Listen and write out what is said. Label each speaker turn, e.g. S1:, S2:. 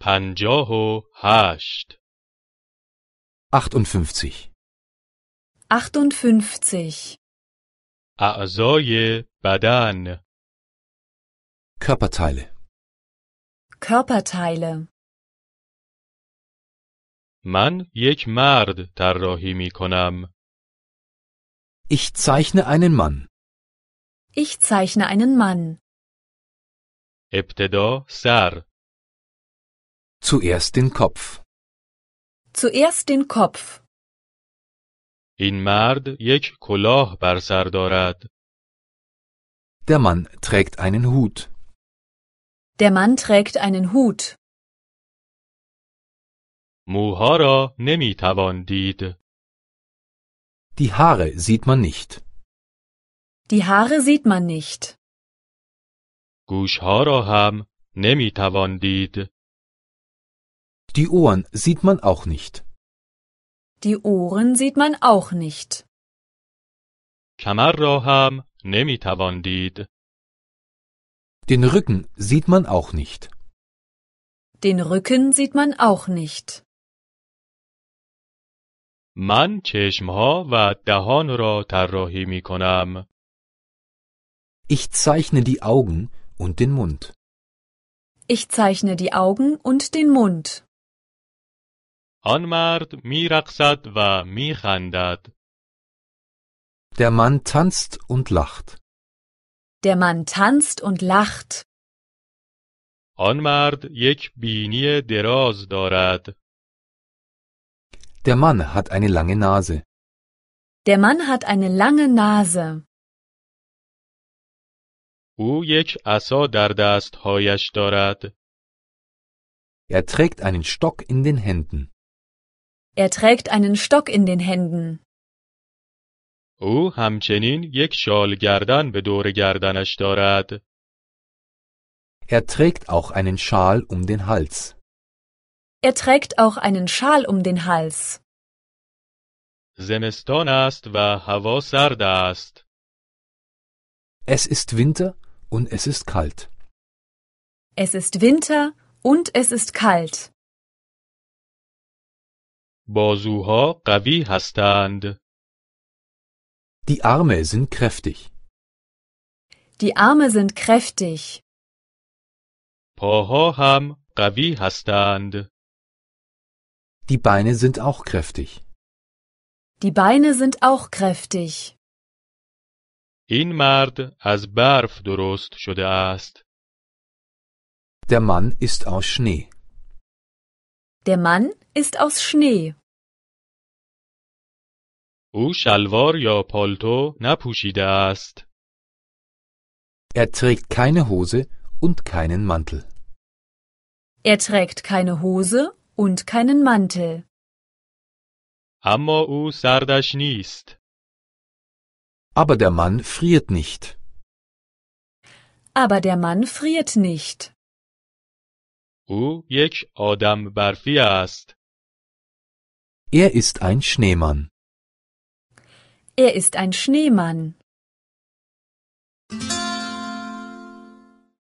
S1: پنجاه و هشت
S2: 58.
S3: 58.
S1: اعضای بدن
S2: Körperteile.
S3: Körperteile.
S1: من یک مرد طراحی می کنم
S2: Ich zeichne einen Mann.
S3: Ich zeichne einen Mann.
S1: ابتدا سر
S2: Zuerst den Kopf.
S3: Zuerst den Kopf.
S1: این مرد یک کلاه بر سر دارد
S2: Der Mann trägt einen Hut.
S3: Der Mann trägt einen Hut.
S1: موها را نمی توان دید
S2: Die Haare sieht man nicht.
S3: Die Haare sieht man nicht.
S1: گوشها را هم نمی توان دید
S2: Die Ohren sieht man auch nicht.
S3: Die Ohren sieht man auch nicht.
S1: کمر را هم نمی توان دید
S2: Den Rücken sieht man auch nicht.
S3: Den Rücken sieht man auch nicht.
S1: من چشمها و دهان را طراحی می کنم
S2: Ich zeichne die Augen und den Mund.
S3: Ich zeichne die Augen und den Mund.
S1: آن مرد میرقصد و میخندد
S2: Der Mann tanzt und lacht.
S3: Der Mann tanzt und lacht.
S1: آن مرد یک بینی دراز دارد
S2: Der Mann hat eine lange Nase.
S3: Der Mann hat eine lange Nase.
S1: او یک عصا در دستهایش دارد
S2: Er trägt einen Stock in den Händen.
S3: Er trägt einen Stock in den Händen.
S1: او همچنین یک شال گردن به دور گردنش دارد
S2: Er trägt auch einen Schal um den Hals.
S3: Er trägt auch einen Schal um den Hals.
S1: زمستان است و هوا سرد است
S2: Es ist Winter und es ist kalt.
S3: Es ist Winter und es ist kalt.
S1: بازوها قوی هستند
S2: Die Arme sind kräftig.
S3: Die Arme sind kräftig.
S1: پاها هم قوی هستند
S2: Die Beine sind auch kräftig.
S3: Die Beine sind auch kräftig.
S1: این مرد از برف درست شده است
S2: Der Mann ist aus Schnee.
S3: Der Mann ist aus Schnee.
S1: او شلوار یا پالتو نپوشیده است
S2: Er trägt keine Hose und keinen Mantel.
S3: Er trägt keine Hose und keinen Mantel.
S1: اما او سردش نیست
S2: Aber der Mann friert nicht.
S3: Aber der Mann friert nicht.
S1: او یک آدم برفی است.
S2: Er ist ein Schneemann.
S3: Er ist ein Schneemann.